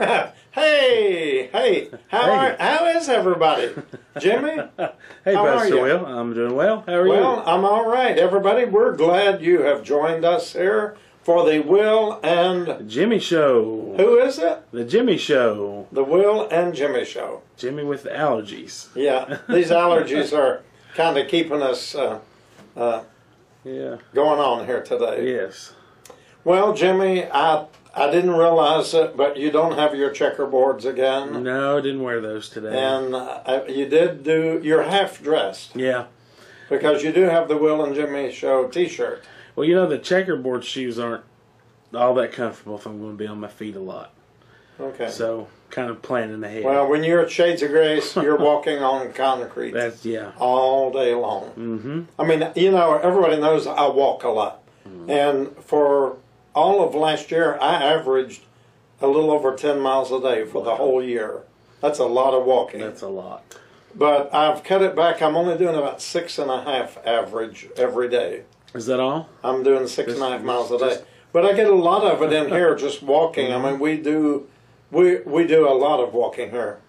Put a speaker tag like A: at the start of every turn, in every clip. A: hey, hey, how
B: Hey.
A: are how is everybody? Jimmy?
B: Hey,
A: How are
B: Pastor
A: you?
B: Will. I'm doing well. How are
A: Well, I'm all right, everybody. We're glad you have joined us here for the Will and
B: you? Jimmy Show.
A: who is it?
B: The Jimmy Show.
A: The Will and Jimmy show.
B: Jimmy with the allergies.
A: Yeah, these allergies are kind of keeping us uh, uh,
B: Yeah.
A: going on here today.
B: Yes.
A: Well, Jimmy, I I didn't realize it, but you don't have your checkerboards again,
B: No, I didn't wear those today.
A: and uh, you did do. You're half dressed
B: yeah.
A: because you do have the Will and Jimmy show T-shirt.
B: Well, you know, the checkerboard shoes aren't all that comfortable if I'm going to be on my feet a lot.
A: Okay.
B: So, kind of planning ahead.
A: well, when you're at Shades of Grace, you're walking on concrete
B: That's, yeah.
A: all day long.
B: Mm-hmm.
A: I mean, you know, everybody knows I walk a lot.
B: Mm-hmm.
A: And for all of last year, I averaged a little over 10 miles a day for the whole year. That's a lot of walking.
B: That's a lot.
A: but I've cut it back. I'm only doing about six and a half average every day.
B: Is that all?
A: I'm doing six and a half
B: Just-
A: miles a day.
B: just-
A: but I get a lot of it in here just walking. I mean, we do, we, we do a lot of walking here.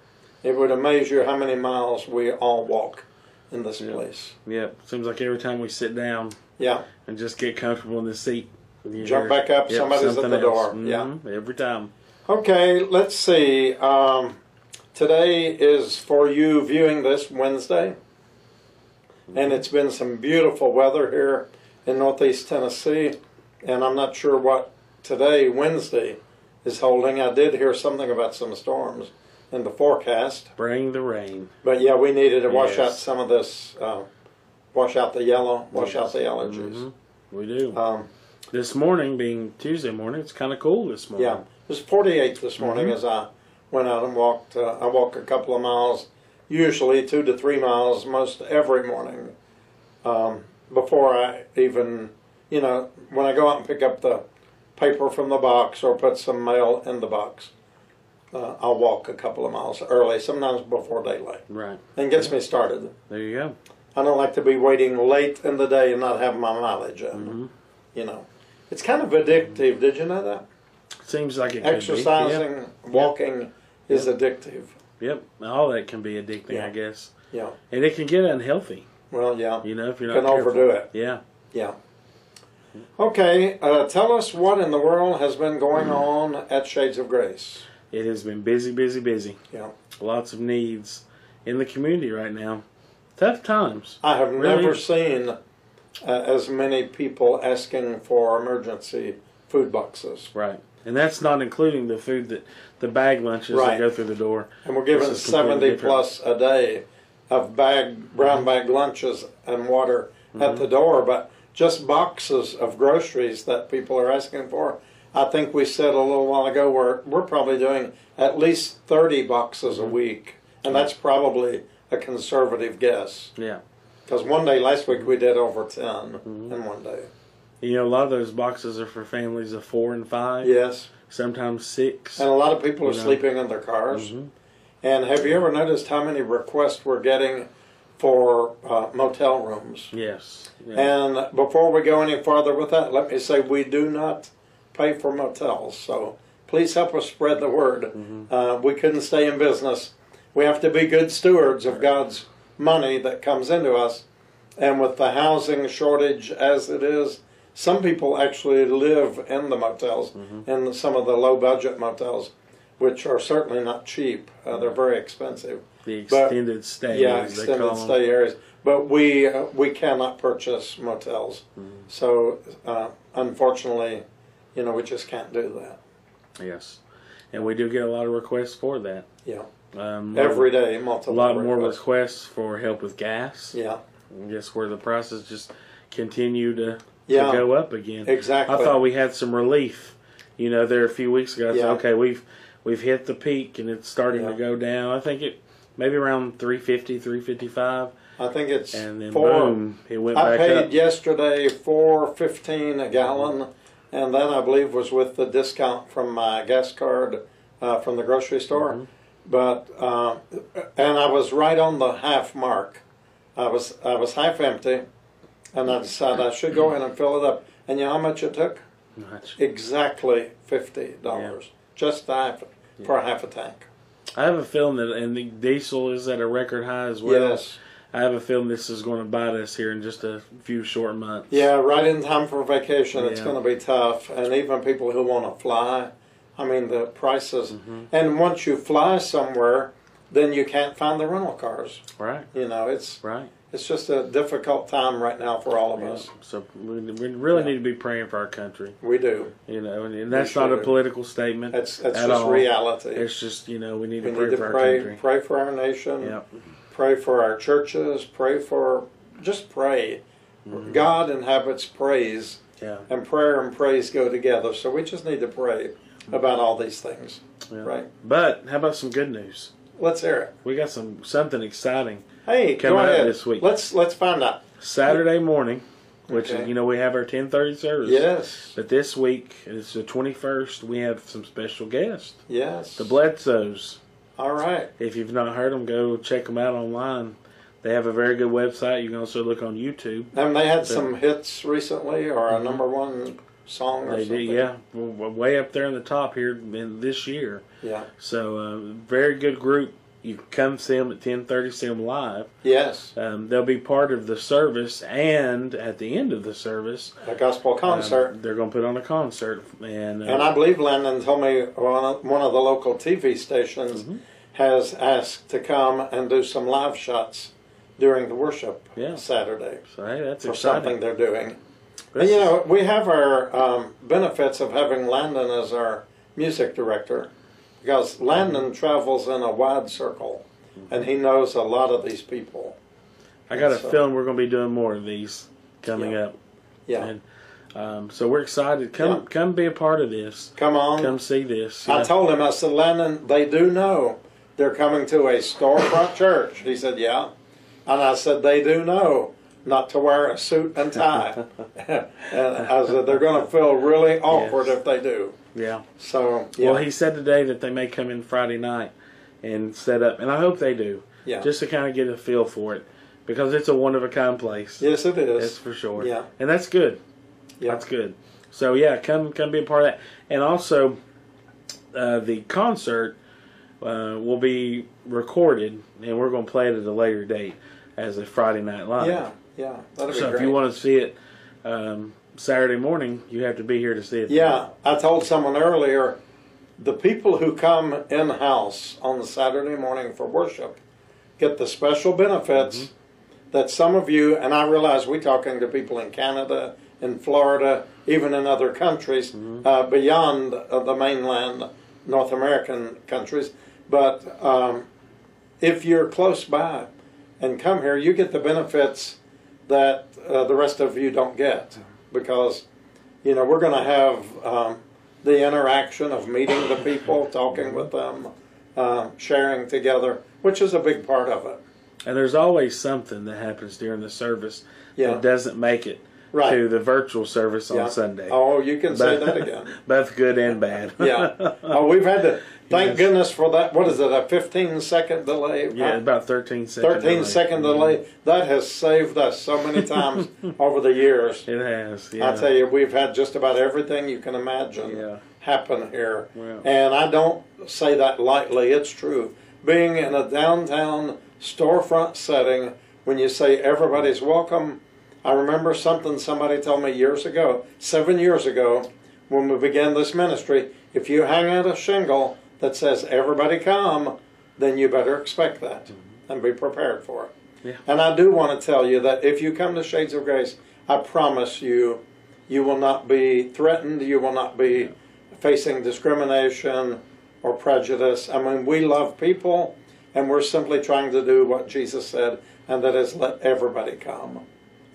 A: It would amaze you how many miles we all walk in this place.
B: Yep. Seems like every time we sit down
A: Yeah.
B: and just get comfortable in the seat, you
A: Jump
B: hear-
A: back up, somebody's at
B: something
A: the
B: else.
A: door. Yeah.
B: Mhm, Every time.
A: Okay, let's see. Um, today is for you viewing this Wednesday, and it's been some beautiful weather here in northeast Tennessee, and I'm not sure what today, Wednesday, is holding. I did hear something about some storms in the forecast,
B: Bring the rain.
A: but yeah, we needed to wash out
B: Yes.
A: some of this, uh, wash out the yellow, wash out the allergies.
B: Mhm. We do.
A: Um,
B: This morning, being Tuesday morning, it's kind of cool this morning.
A: Yeah, it was 48 this morning as I went out and walked. Uh, I walk a couple of miles, usually two to three miles, most every morning, um, before I even, you know, when I go out and pick up the paper from the box or put some mail in the box. Uh, I'll walk a couple of miles early, sometimes before daylight,
B: Right.
A: and gets me started.
B: There you go.
A: I don't like to be waiting late in the day and not have my mileage. In,
B: Mhm.
A: You know, it's kind of addictive. Did you know that?
B: Seems like it could
A: exercising, walking is addictive.
B: be. Yep. yep. All that can be addicting,
A: Yeah.
B: I guess.
A: Yeah.
B: And it can get unhealthy,
A: Well, yeah.
B: you know, if you're
A: Can
B: not careful.
A: overdo it.
B: Yeah.
A: Yeah. Okay. Uh, tell us what in the world has been going on at Shades of Grace.
B: It has been busy, busy, busy.
A: Yeah.
B: Lots of needs in the community right now. Tough times.
A: I have
B: Really?
A: never seen uh, as many people asking for emergency food boxes,
B: Right. And that's not including the food that the bag lunches
A: Right.
B: that go through the door.
A: and we're giving
B: This is completely
A: seventy
B: different. Mm-hmm.
A: plus a day of bag brown bag lunches and water at the door, but just boxes of groceries that people are asking for. I think we said a little while ago we're we're probably doing at least thirty boxes
B: Mm-hmm.
A: a week, and that's probably a conservative guess
B: Yeah.
A: because one day last week we did over 10
B: Mm-hmm.
A: in one day.
B: You know, a lot of those boxes are for families of four and five,
A: Yes,
B: sometimes six.
A: and a lot of people are
B: You know.
A: sleeping in their cars.
B: Mhm.
A: And have you ever noticed how many requests we're getting for uh, motel rooms?
B: Yes. Yeah.
A: And before we go any farther with that, let me say we do not pay for motels. So please help us spread the word. Uh, we couldn't stay in business. We have to be good stewards of God's money that comes into us. And with the housing shortage as it is, some people actually live in the motels, in some of the low budget motels, which are certainly not cheap. Uh, they're very expensive.
B: the
A: but-
B: extended stay.
A: Yeah,
B: as they
A: extended
B: call 'em.
A: stay areas. But we, uh, we cannot purchase motels.
B: Mm-hmm.
A: So uh, unfortunately, you know, we just can't do that.
B: Yes. And we do get a lot of requests for that.
A: Yeah.
B: Um,
A: Every day,
B: a
A: multiple.
B: lot more
A: requests.
B: requests for help with gas.
A: Yeah,
B: I guess where the prices just continue to
A: Yeah.
B: to go up again.
A: Exactly.
B: I thought we had some relief, you know, there a few weeks ago. I said,
A: Yeah.
B: okay, we've we've hit the peak and it's starting
A: Yeah.
B: to go down. I think it maybe around 350, 355,
A: I think it's
B: and then
A: four.
B: boom, it went
A: I
B: back
A: paid
B: up.
A: yesterday four fifteen a gallon, and that I believe was with the discount from my gas card uh, from the grocery store.
B: Mm-hmm.
A: But uh, and I was right on the half mark. I was I was half empty, and I decided I should go in and fill it up. And you know how much it took?
B: Much.
A: Exactly fifty dollars, just the half for a half a tank.
B: I have a feeling that and the diesel is at a record high as well.
A: Yes.
B: I have a feeling this is going to bite us here in just a few short months.
A: Yeah, right in time for vacation. It's
B: Yeah.
A: going to be tough, and even people who want to fly. I mean, the prices.
B: Mm-hmm.
A: And once you fly somewhere, then you can't find the rental cars.
B: Right.
A: You know, it's
B: Right.
A: it's just a difficult time right now for all of us.
B: So we, we really
A: Yeah.
B: need to be praying for our country,
A: We do.
B: you know, and, and that's
A: sure
B: not a
A: do.
B: political statement.
A: That's that's
B: at
A: just
B: all.
A: reality.
B: It's just you know we need
A: we
B: to pray
A: need to
B: for our
A: pray
B: country.
A: pray for our nation.
B: Yep.
A: Pray for our churches. Pray for just pray.
B: Mm-hmm.
A: God inhabits praise,
B: Yeah.
A: and prayer and praise go together. So we just need to pray
B: Mm-hmm.
A: about all these things.
B: yeah.
A: Right.
B: But how about some good news?
A: Let's hear it.
B: We got some something exciting
A: Hey,
B: Come
A: go
B: out
A: ahead.
B: this week.
A: Let's let's find out.
B: Saturday morning, which
A: Okay.
B: you know we have our ten thirty service.
A: Yes,
B: But this week it's the twenty first. We have some special guests,
A: yes.
B: the Bledsoes.
A: All right.
B: If you've not heard them, go check them out online. They have a very good website. You can also look on YouTube.
A: And they had some hits recently, or a number one song, or
B: They
A: something.
B: did, Mm-hmm. yeah, w- w- way up there in the top here in this year.
A: yeah.
B: So uh, very good group. You can come see them at ten thirty. See them live.
A: Yes,
B: Um, they'll be part of the service, and at the end of the service,
A: a gospel
B: um,
A: concert.
B: they're going to put on a concert. And, uh,
A: and I believe Landon told me one of- one of the local TV stations
B: Mm-hmm.
A: has asked to come and do some live shots during the worship
B: Yeah.
A: Saturday
B: so hey, that's
A: for
B: exciting.
A: something they're doing.
B: This
A: and you
B: is-
A: know, we have our um, benefits of having Landon as our music director because Landon travels in a wide circle and he knows a lot of these people.
B: I got a
A: so-
B: feeling we're going to be doing more of these coming
A: uh, Yeah.
B: up,
A: Yeah.
B: and um, so we're excited. Come,
A: Yeah.
B: come be a part of this.
A: Come on.
B: Come see this.
A: I
B: Yeah.
A: told him, I said, Landon, they do know they're coming to a storefront church. He said, Yeah. And I said, They do know not to wear a suit and tie. and I said, They're going to feel really awkward
B: Yes.
A: if they do.
B: yeah.
A: So, yeah.
B: Well, he said today that they may come in Friday night and set up, and I hope they do.
A: Yeah.
B: Just to kind of get a feel for it, because it's a one of a kind place.
A: yes, it is.
B: That's for sure.
A: Yeah.
B: And that's good.
A: Yeah.
B: That's good. So yeah, come come be a part of that. And also, uh, the concert uh, will be recorded, and we're going to play it at a later date as a Friday Night Live.
A: Yeah, yeah. That'd
B: So
A: be great.
B: if you want to see it um, Saturday morning, you have to be here to see it.
A: yeah, I told someone earlier the people who come in house on the Saturday morning for worship get the special benefits that some of you, and I realize we're talking to people in Canada, in Florida, even in other countries uh, beyond uh, the mainland North American countries. But um, if you're close by and come here, you get the benefits that uh, the rest of you don't get because you know we're going to have um, the interaction of meeting the people, talking with them, uh, sharing together, which is a big part of it.
B: And there's always something that happens during the service
A: Yeah.
B: that doesn't make it
A: Right.
B: to the virtual service on
A: Yeah.
B: Sunday.
A: Oh, you can say that again.
B: both good and bad.
A: Yeah. Oh, we've had to thank
B: Yes.
A: goodness for that. What is it? A 15 second delay?
B: Yeah, about Mm-hmm. 13 seconds.
A: 13 second delay. That has saved us so many times over the years.
B: It has. Yeah.
A: I tell you, we've had just about everything you can imagine
B: Yeah.
A: happen here.
B: Wow.
A: And I don't say that lightly, it's true. Being in a downtown storefront setting, when you say everybody's welcome, I remember something somebody told me years ago, seven years ago, when we began this ministry if you hang out a shingle that says everybody come, then you better expect that and be prepared for it.
B: Yeah.
A: And I do want to tell you that if you come to Shades of Grace, I promise you, you will not be threatened, you will not be facing discrimination or prejudice. I mean, we love people, and we're simply trying to do what Jesus said, and that is let everybody come.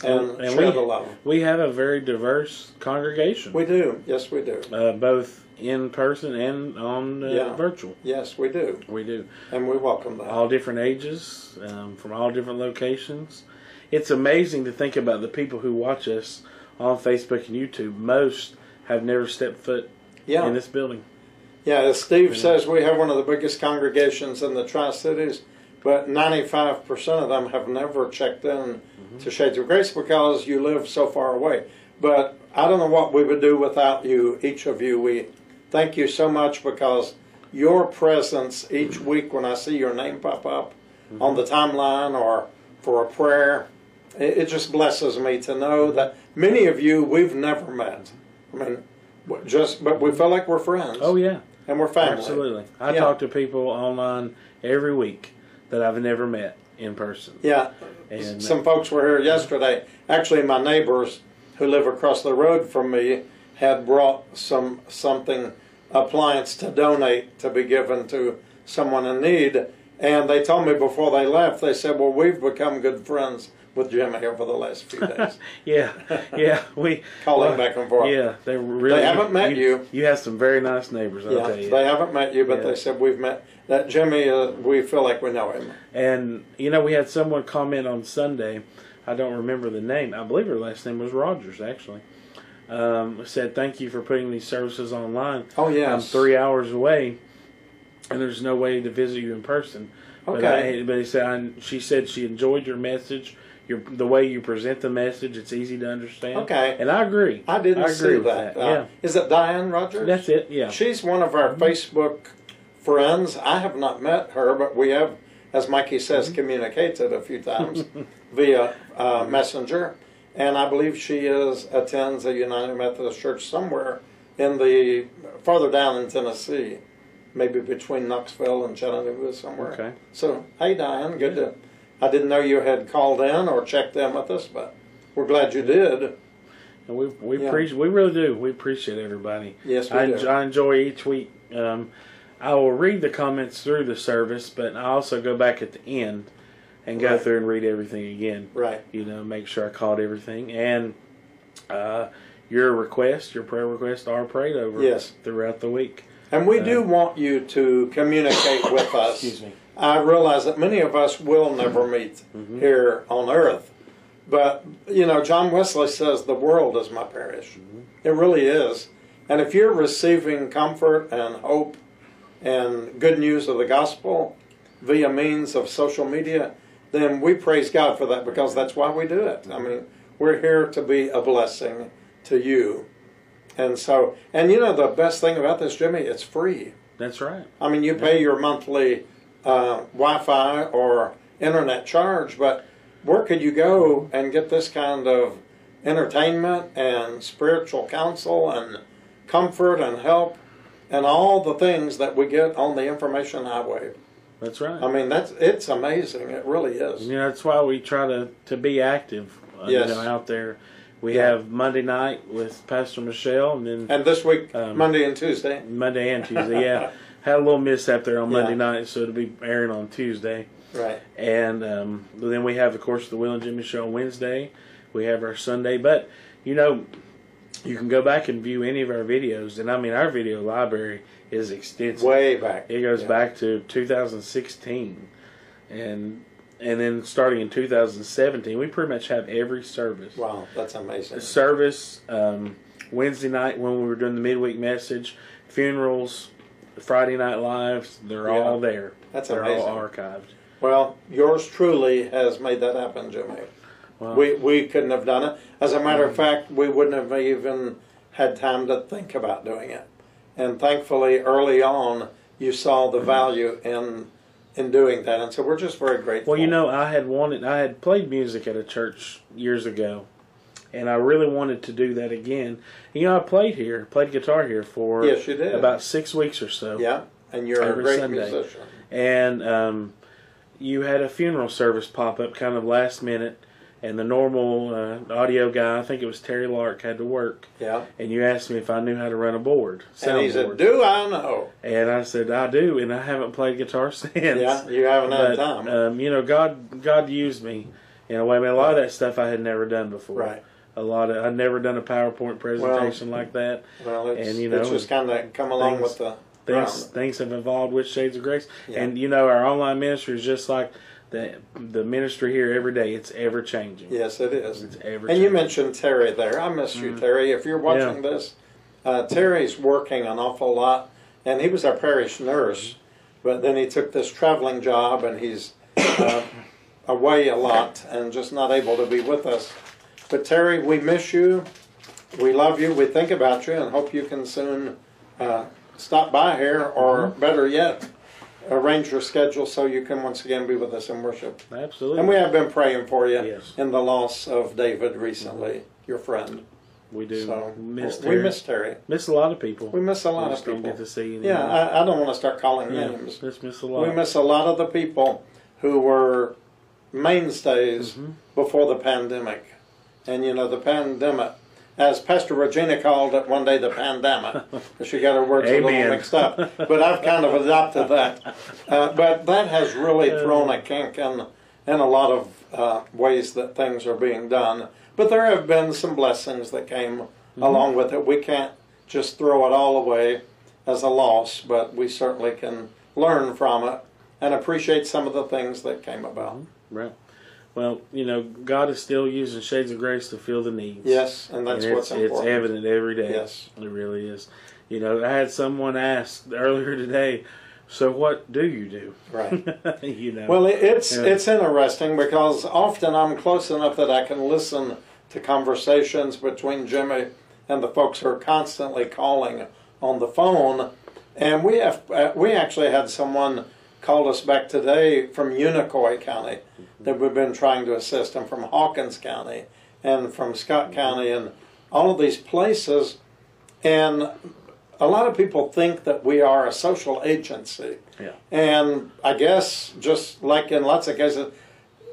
A: and,
B: And- and
A: share
B: we-
A: the love.
B: We have a very diverse congregation,
A: We do. Yes, we do.
B: uh, both in person and on uh,
A: Yeah.
B: virtual.
A: Yes, we do.
B: We do
A: And we welcome that.
B: all different ages um, from all different locations. It's amazing to think about the people who watch us on Facebook and YouTube. Most have never stepped foot
A: yeah.
B: in this building.
A: Yeah, as Steve says, we have one of the biggest congregations in the Tri Cities, but 95% of them have never checked in to Shades of Grace because you live so far away. But I don't know what we would do without you, each of you. We thank you so much because your presence each week when I see your name pop up on the timeline or for a prayer, it, it just blesses me to know that many of you we've never met. I mean, w- just, but we feel like we're friends.
B: Oh yeah,
A: And we're family.
B: absolutely. I
A: Yeah.
B: talk to people online every week that I've never met in person.
A: Yeah.
B: And-
A: Some folks were here yesterday. Actually, my neighbors who live across the road from me had brought some something appliance to donate to be given to someone in need. And they told me before they left, they said, "Well, we've become good friends with Jimmy over the last few days,
B: Yeah, yeah. We
A: calling
B: well,
A: back and forth."
B: Yeah, they really.
A: haven't met you.
B: You have some very nice neighbors, I'll
A: Yeah,
B: tell you.
A: they haven't met you, but
B: Yeah.
A: they said we've met. That Jimmy, uh, we feel like we know him.
B: And you know, we had someone comment on Sunday. I don't remember the name. I believe her last name was Rogers. Actually, um, said thank you for putting these services online.
A: Oh yes,
B: I'm three hours away, and there's no way to visit you in person. But,
A: Okay.
B: I, but he said I, she said she enjoyed your message, your the way you present the message. It's easy to understand.
A: Okay.
B: and I agree.
A: I didn't
B: agree
A: see
B: with
A: that.
B: that.
A: Uh, Is it Diane
B: yeah,
A: Rogers?
B: that's it. Yeah,
A: She's one of our Facebook friends. I have not met her, but we have, as Mikey says, communicated a few times via uh, Messenger. And I believe she is attends a United Methodist Church somewhere in the farther down in Tennessee, maybe between Knoxville and Chattanooga somewhere.
B: Okay.
A: So hey, Diane, good to. I didn't know you had called in or checked in with us, but we're glad you did.
B: and we we
A: Yeah.
B: appreciate we really do. We appreciate everybody.
A: Yes, we
B: I,
A: do.
B: en- I enjoy each week. Um, I will read the comments through the service, but I also go back at the end and go
A: Right.
B: through and read everything again.
A: Right.
B: You know, make sure I caught everything and uh, your request, your prayer requests are prayed over.
A: Yes.
B: Throughout the week.
A: And we do want you to communicate with us.
B: Excuse me.
A: I realize that many of us will never meet
B: Mm-hmm.
A: here on earth. But, you know, John Wesley says the world is my parish.
B: Mm-hmm.
A: It really is. And if you're receiving comfort and hope and good news of the gospel via means of social media, then we praise God for that because that's why we do it. I mean, we're here to be a blessing to you. And so, and you know, the best thing about this, Jimmy, it's free.
B: That's right.
A: I mean, you pay your monthly uh, Wi-Fi or internet charge, but where could you go and get this kind of entertainment and spiritual counsel and comfort and help and all the things that we get on the information highway?
B: That's right.
A: I mean, that's it's amazing. It really is.
B: You know, that's why we try to, to be active uh,
A: Yes.
B: you know, out there. We
A: Yeah.
B: have Monday night with Pastor Michelle and then
A: And this week,
B: Um,
A: Monday and Tuesday.
B: Monday and Tuesday, yeah. Had a little mishap there on Monday
A: Yeah.
B: night, so it'll be airing on Tuesday.
A: Right.
B: And um, then we have, of course, the Will and Jimmy Show on Wednesday. We have our Sunday. But, you know, you can go back and view any of our videos. And I mean, our video library is extensive.
A: Way back.
B: It goes
A: Yeah.
B: back to 2016, and and then starting in 2017, we pretty much have every service.
A: Wow, that's amazing.
B: Service um, Wednesday night when we were doing the midweek message, funerals, Friday night lives. They're
A: Yeah.
B: all there.
A: That's
B: they're
A: amazing.
B: all archived.
A: Well, yours truly has made that happen, Jimmy.
B: Wow. Mm.
A: We we couldn't have done it. As a matter of fact, we wouldn't have even had time to think about doing it. And thankfully, early on, you saw
B: Mm.
A: the value in in doing that, and so we're just very grateful.
B: Well, you know, I had wanted, I had played music at a church years ago, and I really wanted to do that again. You know, I played here, played guitar here for
A: Yes, you did.
B: about six weeks or so.
A: yeah, and you're a
B: Every
A: great
B: Sunday.
A: musician.
B: and um, you had a funeral service pop up kind of last minute, and the normal uh, audio guy, I think it was Terry Lark, had to work,
A: Yeah,
B: and you asked me if I knew how to run a board,
A: and he
B: sound
A: said,
B: board,
A: "Do I know?"
B: and I said I do, and I haven't played guitar since.
A: Yeah, you haven't had
B: But, uh,
A: time.
B: um, you know, God, God used me in a way. I mean, a lot of that stuff I had never done before.
A: Right.
B: A lot of I'd never done a PowerPoint presentation like that.
A: Well, it's,
B: And, you know,
A: it's just kind of come along
B: things-
A: with the
B: Things
A: drama.
B: things have evolved with Shades of Grace,
A: Yeah.
B: and you know our online ministry is just like the the ministry here every day. It's ever changing.
A: Yes, it is.
B: It's ever.
A: And you
B: changing.
A: mentioned Terry there. I miss you, Terry. If you're watching this, uh, Terry's working an awful lot, and he was our parish nurse, but then he took this traveling job, and he's uh, away a lot and just not able to be with us. But Terry, we miss you. We love you. We think about you, and hope you can soon uh, stop by here, or better yet, arrange your schedule so you can once again be with us in worship.
B: absolutely.
A: And we have been praying for you
B: Yes.
A: in the loss of David recently, your friend.
B: we do
A: So
B: miss
A: we
B: Terry.
A: miss Terry.
B: miss a lot of people.
A: We miss a lot of
B: just don't
A: people.
B: get to see.
A: Yeah,
B: anymore.
A: I, I don't want to start calling
B: yeah.
A: names.
B: Miss miss a lot.
A: We miss a lot of the people who were mainstays
B: Mm-hmm.
A: before the pandemic. And you know, the pandemic, as Pastor Regina called it one day, the pandemic. she got her words a
B: Amen.
A: little mixed up. Uh, But I've kind of adopted that. Uh, but that has really
B: Uh.
A: thrown a kink in, in a lot of uh, ways that things are being done. But there have been some blessings that came
B: Mm-hmm.
A: along with it. We can't just throw it all away as a loss, but we certainly can learn from it and appreciate some of the things that came about.
B: Right. Well, you know, God is still using shades of grace to fill the needs.
A: Yes, and that's
B: And
A: what's
B: it's, it's
A: important.
B: evident every day.
A: Yes.
B: it really is. You know, I had someone ask earlier today. So what do you do?
A: Right.
B: you know.
A: Well, it- it's
B: Yeah.
A: it's interesting because often I'm close enough that I can listen to conversations between Jimmy and the folks who are constantly calling on the phone, and we have uh, we actually had someone call us back today from Unicoi County that we've been trying to assist, and from Hawkins County, and from Scott County, and all of these places, and a lot of people think that we are a social agency.
B: yeah.
A: And I guess just like in lots of cases,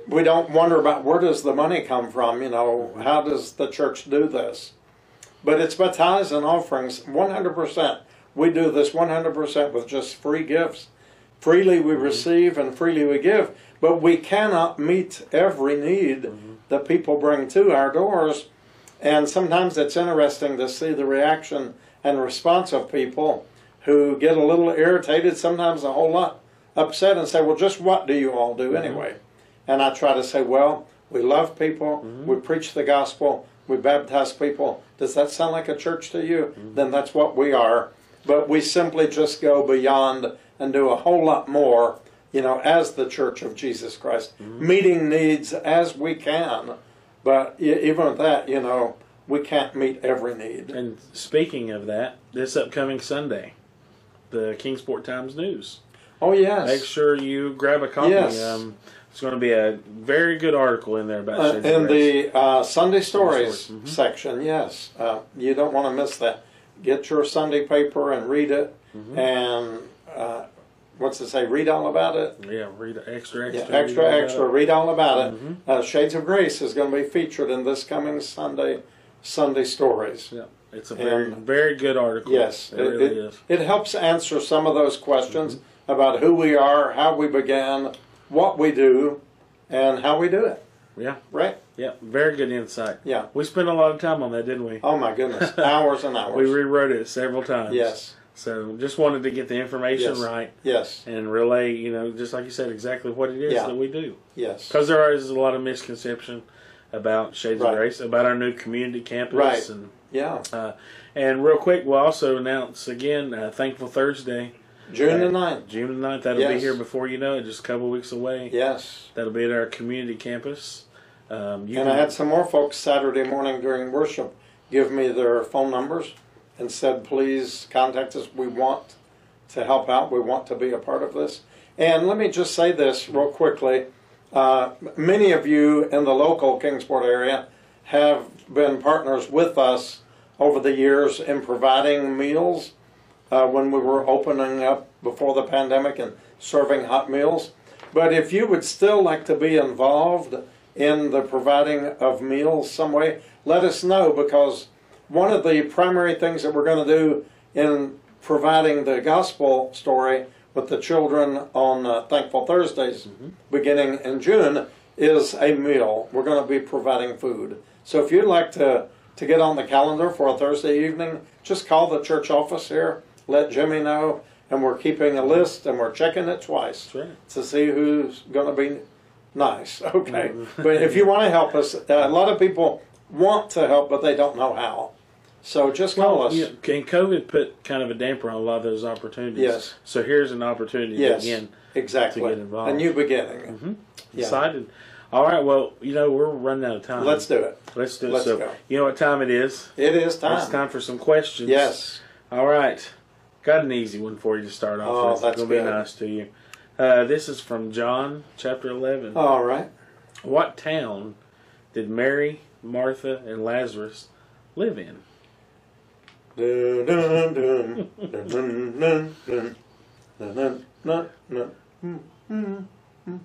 A: we don't wonder about where does the money come from. You know, how does the church do this? But it's by tithes and offerings, 100%. We do this 100% with just free gifts. Freely we receive and freely we give, but we cannot meet every need that people bring to our doors. And sometimes it's interesting to see the reaction and response of people who get a little irritated, sometimes a whole lot upset, and say, Well, just what do you all do anyway? And I try to say, Well, we love people,
B: Mm-hmm.
A: we preach the gospel, we baptize people. Does that sound like a church to you?
B: Mm-hmm.
A: Then that's what we are. But we simply just go beyond and do a whole lot more, you know, as the church of Jesus Christ,
B: Mm-hmm.
A: meeting needs as we can. But e- even with that, you know, we can't meet every need.
B: And speaking of that, this upcoming Sunday, the Kingsport Times News.
A: Oh, yes.
B: Make sure you grab a copy.
A: Yes.
B: Um, it's going to be a very good article in there about
A: Uh,
B: shades
A: in
B: of grace.
A: the uh, Sunday Stories
B: Stories, Mm-hmm.
A: section, yes. Uh, you don't want to miss that. Get your Sunday paper and read it.
B: Mm-hmm.
A: And uh, what's it say? Read all about it.
B: yeah, read it. extra
A: Yeah,
B: extra
A: extra,
B: read all
A: extra.
B: about Mm-hmm.
A: Read all about it. Uh, Shades of Grace is going to be featured in this coming Sunday Sunday Stories.
B: it. Yeah, it's a very
A: And-
B: very good article.
A: Yes,
B: it, really is. Mm-hmm.
A: it helps answer some of those questions about who we are, how we began, what we do, and how we do it.
B: Yeah,
A: Right?
B: yeah, very good insight.
A: Yeah.
B: We spent a lot of time on that, didn't we?
A: Oh my goodness, hours and hours.
B: We rewrote it several times.
A: yes,
B: So just wanted to get the information
A: Yes.
B: right
A: yes,
B: and relay, you know, just like you said, exactly what it is
A: Yeah.
B: that we do.
A: yes.
B: Because there is a lot of misconception about Shades
A: Right.
B: of Grace, about our new community campus,
A: Right.
B: and
A: Yeah,
B: uh, and real quick, we'll also announce again uh, Thankful Thursday,
A: June the
B: Uh,
A: 9th.
B: June the 9th. That'll be
A: Yes.
B: here before you know it, just a couple weeks away.
A: Yes,
B: That'll be at our community campus. Um, you
A: and
B: can-
A: I had some more folks Saturday morning during worship give me their phone numbers and said, "Please contact us. We want to help out. We want to be a part of this." And let me just say this real quickly. Uh, many of you in the local Kingsport area have been partners with us over the years in providing meals uh, when we were opening up before the pandemic and serving hot meals. But if you would still like to be involved in the providing of meals some way, let us know because one of the primary things that we're going to do in providing the gospel story with the children on uh, Thankful Thursdays beginning in June is a meal. We're going to be providing food. So if you'd like to, to get on the calendar for a Thursday evening, just call the church office here, let Jimmy know, and we're keeping a list and we're checking it twice
B: That's right.
A: to see who's going to be nice. Okay.
B: Mm-hmm.
A: but if you want to help us, uh, a lot of people want to help, but they don't know how. So just call us.
B: You know, and COVID put kind of a damper on a lot of those opportunities.
A: Yes.
B: So here's an opportunity
A: yes.
B: again.
A: exactly.
B: to get involved. Mm-hmm.
A: A new beginning. Yeah.
B: Excited. All right. Well, you know we're running out of time.
A: Let's do it.
B: let's do it.
A: let's
B: so
A: go.
B: you know what time it is?
A: It is time.
B: It's time for some questions.
A: Yes.
B: All right. Got an easy one for you to start off
A: Oh,
B: with.
A: that's
B: gonna
A: good.
B: be nice to you. Uh, this is from John chapter eleven.
A: All right.
B: What town did Mary, Martha, and Lazarus live in?
A: Dun, dun, dun, dun, dun, dun, dun, dun, dun, dun, dun.
B: And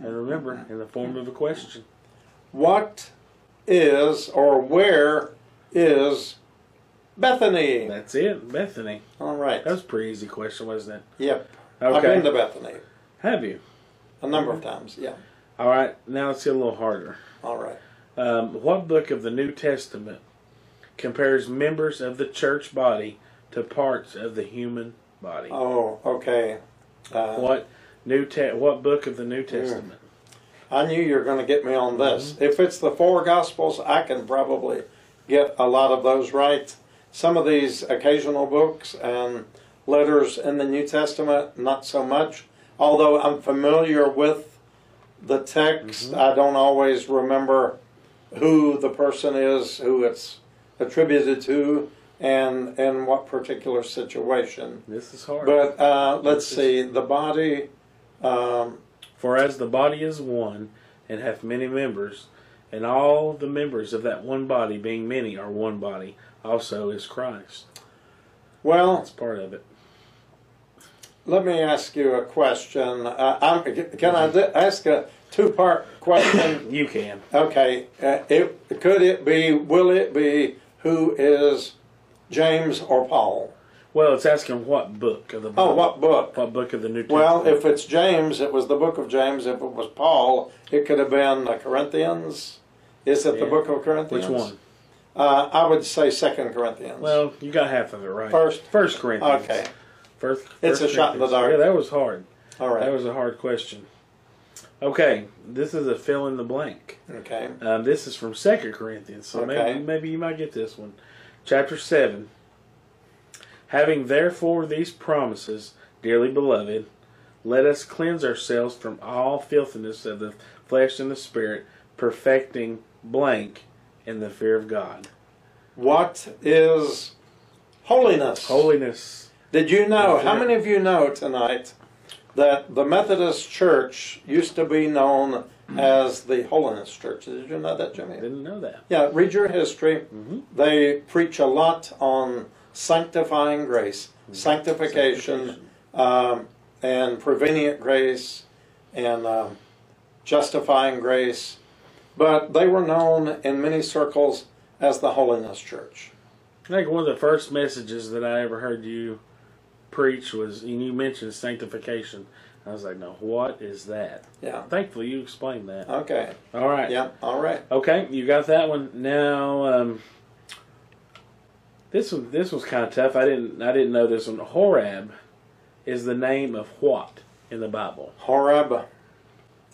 B: remember, in the form of a question.
A: What is or where is Bethany?
B: That's it, Bethany.
A: All right.
B: That was a pretty easy question, wasn't
A: Yep.
B: it?
A: I've been to
B: Okay.
A: Bethany
B: Have you?
A: a number of times. Yeah.
B: All right. Now let's get a little harder.
A: All right.
B: Um, what book of the New Testament compares members of the church body to parts of the human body?
A: Oh, okay. Uh,
B: What new te- What book of the New Testament?
A: I knew you were going to get me on this. If it's the four Gospels, I can probably get a lot of those right. Some of these occasional books and letters in the New Testament, not so much. Although I'm familiar with the text, I don't always remember who the person is, who it's attributed to, and in what particular situation.
B: This is hard.
A: But uh, let's see, the body. Um,
B: For as the body is one and hath many members, and all the members of that one body, being many, are one body, also is Christ.
A: well,
B: That's part of it.
A: Let me ask you a question. Uh, I'm, can I d- ask a two-part question?
B: You can.
A: okay. Uh, it, could it be? Will it be? Who is James or Paul?
B: Well, it's asking what book of the
A: Oh,
B: Bible.
A: what book?
B: What book of the New Testament?
A: Well, if it's James, it was the book of James. If it was Paul, it could have been the Corinthians. Is it the
B: Yeah.
A: book of Corinthians?
B: Which one?
A: Uh, I would say Second Corinthians.
B: Well, you got half of it right.
A: First.
B: First Corinthians.
A: okay.
B: First.
A: It's
B: First
A: a shot in the
B: Corinthians.
A: dark.
B: Yeah, that was hard.
A: All
B: That
A: right.
B: was a hard question. Okay, this is a fill in the blank.
A: okay.
B: Um, this is from Second Corinthians, so
A: Okay.
B: maybe maybe you might get this one. Chapter seven. Having therefore these promises, dearly beloved, let us cleanse ourselves from all filthiness of the flesh and the spirit, perfecting blank in the fear of God.
A: What is holiness?
B: Holiness.
A: Did you know,
B: That's
A: how
B: it.
A: many of you know tonight that the Methodist Church used to be known as the Holiness Church? Did you know that,
B: I
A: Jimmy?
B: didn't Mm-hmm. know that.
A: Yeah, read your history. They preach a lot on sanctifying grace,
B: Mm-hmm.
A: sanctification, um, and prevenient grace, and um, justifying grace. But they were known in many circles as the Holiness Church.
B: I think one of the first messages that I ever heard you preach was, and you mentioned sanctification. I was like, no, what is that?
A: Yeah.
B: Thankfully, you explained that.
A: Okay.
B: All right.
A: Uh, Yeah. All right.
B: Okay, you got that one. Now, um, this one this was kind of tough. I didn't I didn't know this one. Horab is the name of what in the Bible?
A: Horeb,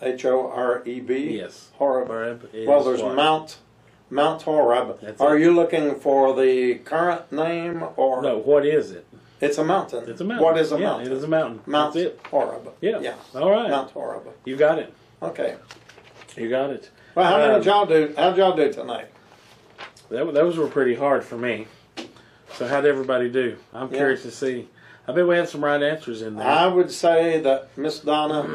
A: H O R E B.
B: Yes.
A: Horeb.
B: Horeb is
A: Well, there's
B: what?
A: Mount Mount Horeb.
B: That's
A: Are
B: it.
A: you looking for the current name or
B: No, what is it?
A: it's a mountain?
B: It's a mountain.
A: What is a
B: yeah,
A: mountain?
B: It is a mountain.
A: Mount
B: That's it.
A: Horeb.
B: Yeah.
A: Yeah.
B: All right.
A: Mount Horeb.
B: You got it.
A: Okay.
B: You got it.
A: Well, how
B: Um,
A: did y'all do? How'd y'all do tonight?
B: That, wa- those were pretty hard for me. So how'd everybody do? I'm
A: Yeah.
B: curious to see. I bet we had some right answers in there.
A: I would say that Miss Donna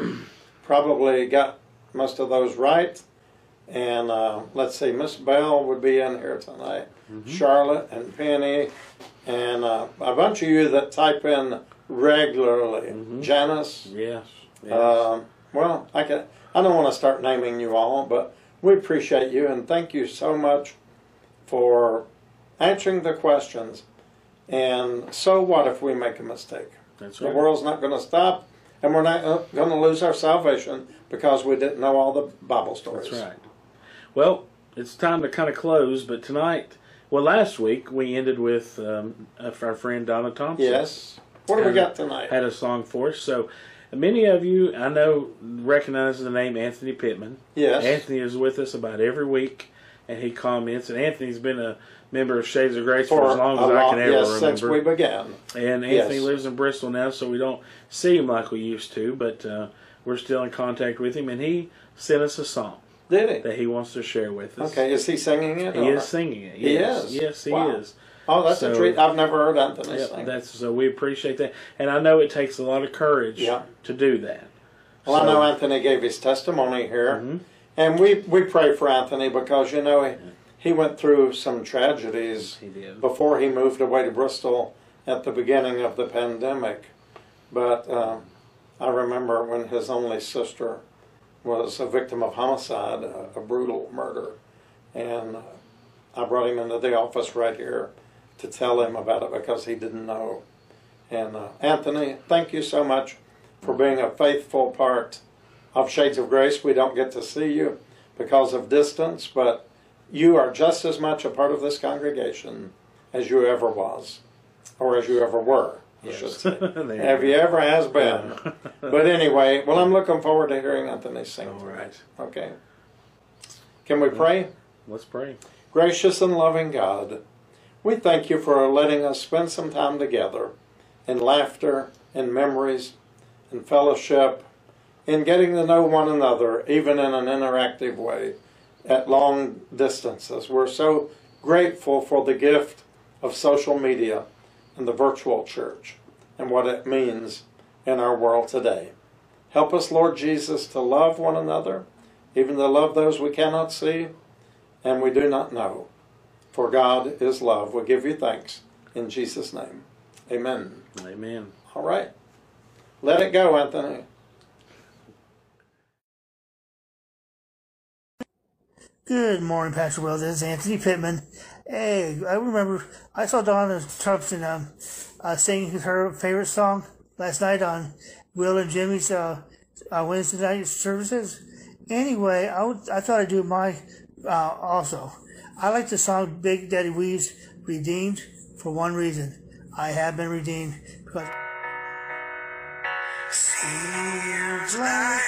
A: probably got most of those right. And uh, let's see, Miss Bell would be in here tonight. Charlotte and Penny, and uh, a bunch of you that type in regularly. Janice.
B: yes. yes.
A: Um, well, I can. I don't want to start naming you all, but we appreciate you and thank you so much for answering the questions. And so what if we make a mistake?
B: That's
A: The
B: right.
A: world's not going to stop. and we're not going to lose our salvation because we didn't know all the Bible stories.
B: That's right. Well, it's time to kind of close, but tonight, well, last week we ended with um, our friend Donna Thompson.
A: Yes. What do we got tonight?
B: Had a song for us. So many of you, I know, recognize the name Anthony Pittman.
A: Yes.
B: Anthony is with us about every week, and he comments. And Anthony's been a member of Shades of Grace for, as long
A: a
B: as I
A: lot-
B: can ever
A: yes,
B: remember.
A: since we began.
B: And Anthony
A: Yes.
B: lives in Bristol now, so we don't see him like we used to, but uh, we're still in contact with him. And he sent us a song
A: Did he?
B: that he wants to share with us.
A: Okay, is he singing it?
B: He
A: or-
B: is singing it.
A: He
B: Yes.
A: is?
B: Yes, he
A: Wow.
B: is.
A: Oh, that's
B: So-
A: a treat. I've never heard Anthony
B: Yep,
A: sing.
B: that's so we appreciate that, and I know it takes a lot of courage
A: Yeah.
B: to do that.
A: Well, I
B: So- Mm-hmm.
A: know Anthony gave his testimony here, and we we pray for Anthony because you know he, he went through some tragedies
B: He did.
A: before he moved away to Bristol at the beginning of the pandemic. But um, I remember when his only sister was a victim of homicide, a, a brutal murder, and uh, I brought him into the office right here to tell him about it because he didn't know. And uh, Anthony, thank you so much for being a faithful part of Shades of Grace. We don't get to see you because of distance, but you are just as much a part of this congregation as you ever was, or as you ever were, I should say.
B: There you
A: Have
B: go.
A: you ever has been. but anyway, well, I'm looking forward to hearing Anthony sing.
B: All right,
A: Okay. Can we pray?
B: let's pray.
A: Gracious and loving God, we thank you for letting us spend some time together in laughter, in memories, in fellowship, in getting to know one another, even in an interactive way at long distances. We're so grateful for the gift of social media and the virtual church and what it means in our world today. Help us, Lord Jesus, to love one another, even to love those we cannot see and we do not know. For God is love. We give you thanks in Jesus' name. Amen.
B: Amen.
A: All right. Let it go, Anthony.
C: Good morning, Pastor Wells. This is Anthony Pittman. Hey, I remember I saw Donna Thompson um, uh, singing her favorite song last night on Will and Jimmy's uh, uh, Wednesday night services. Anyway, I, would, I thought I'd do my uh, also. I like the song Big Daddy Weaves Redeemed for one reason. I have been redeemed because.
D: Seems like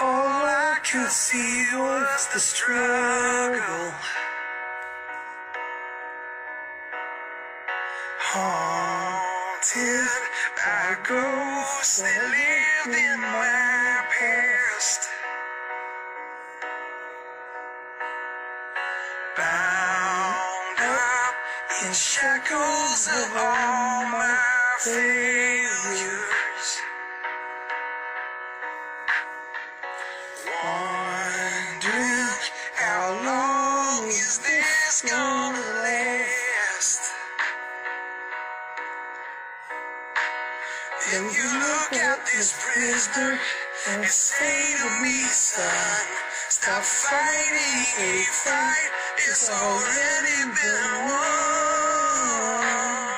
D: all I could see was the struggle. Haunted by ghosts that lived in my past. Bound up in shackles of all my failures. Wondering how long is this gonna last? Then you look at this prisoner and say to me, son, stop fighting. A fight is already been won.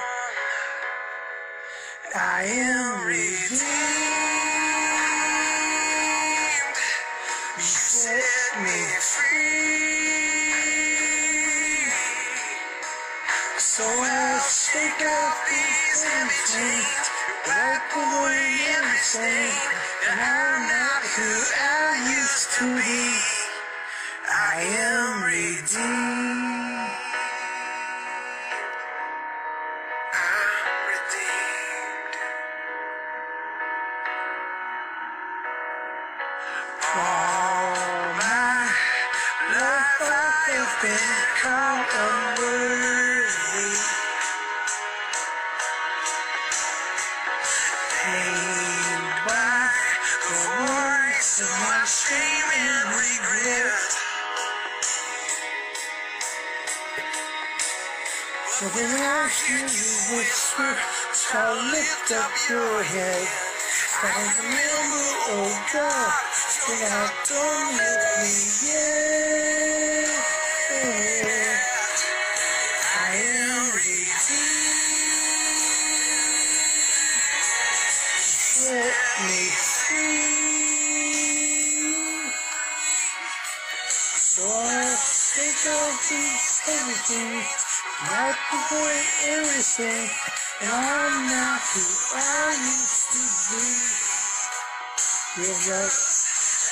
D: I am redeemed. You set me free. So I'll shake off these heavy chains, wipe away every stain, and I'm not who I used to be. I am redeemed. I'm redeemed. All my life I have been called unworthy. Pained by the voice of my shame and regret. But when I hear you whisper, child, lift up your head. I remember, oh God, that I don't let me yet. I am redeemed.
C: set me free. So I think I'll be everything, not before everything, and I'm not who I used to be. You're right,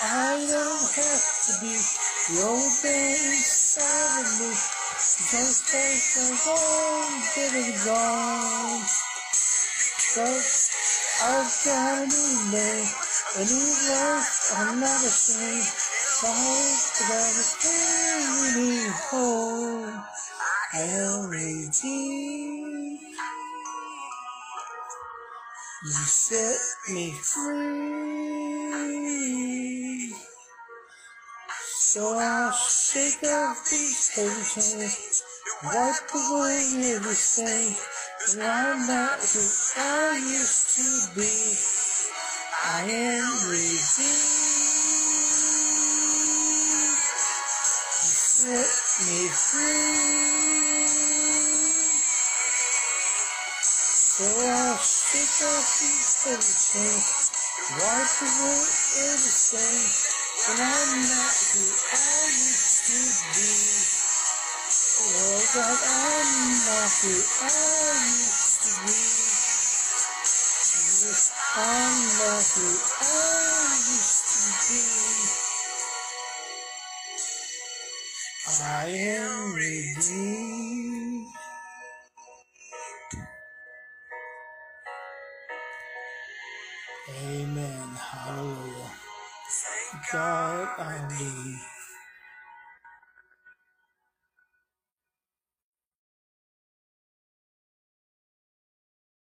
C: I don't have to be the old man inside of me, just take the whole bit of gone. Cause I've got a new name, a new life, I'm not the same. The hope that I was carrying home, I am redeemed. You set me free. So I'll shake off these heavy chains, wipe away everything. And I'm not who I used to be. I am redeemed. You set me free. So I'll shake off these heavy chains, wipe away everything. And I'm not who I used to be. Oh, but I'm not who I used to be. Jesus, I'm not who I used to be. I am redeemed. Amen. Hallelujah. God, I need.